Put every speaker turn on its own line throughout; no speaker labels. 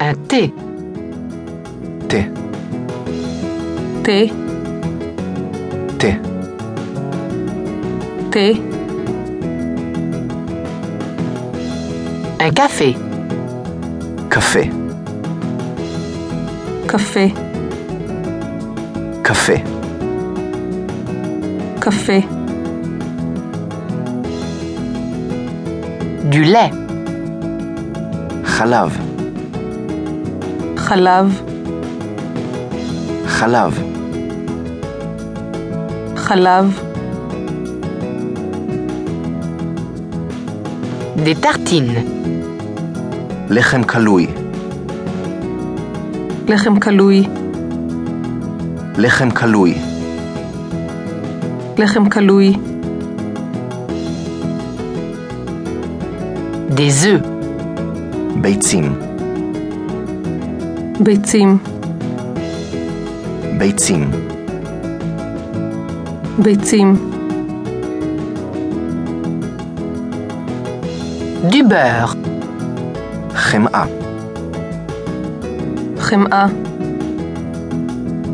Un thé.
T,
T,
T,
T,
Un café.
café,
café,
café,
café,
Du lait.
חלב,
חלב,
חלב,
חלב,
Des tartines.
לחם קלוי,
לחם קלוי,
לחם קלוי,
לחם קלוי,
Des œufs.
ביצים,
ביצים,
ביצים,
ביצים,
Du beurre.
חמאה,
חמאה,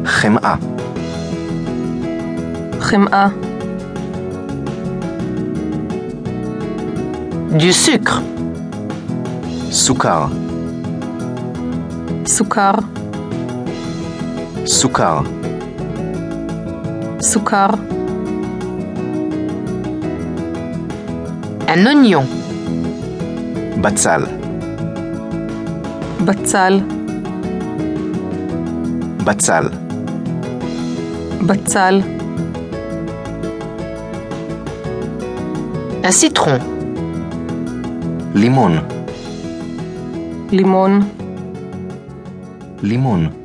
חמאה,
חמאה,
Du sucre.
סוכר,
סוכר,
סוכר,
סוכר,
Un oignon.
בצל,
בצל,
בצל,
בצל,
Un citron.
לימון,
לימון,
לימון,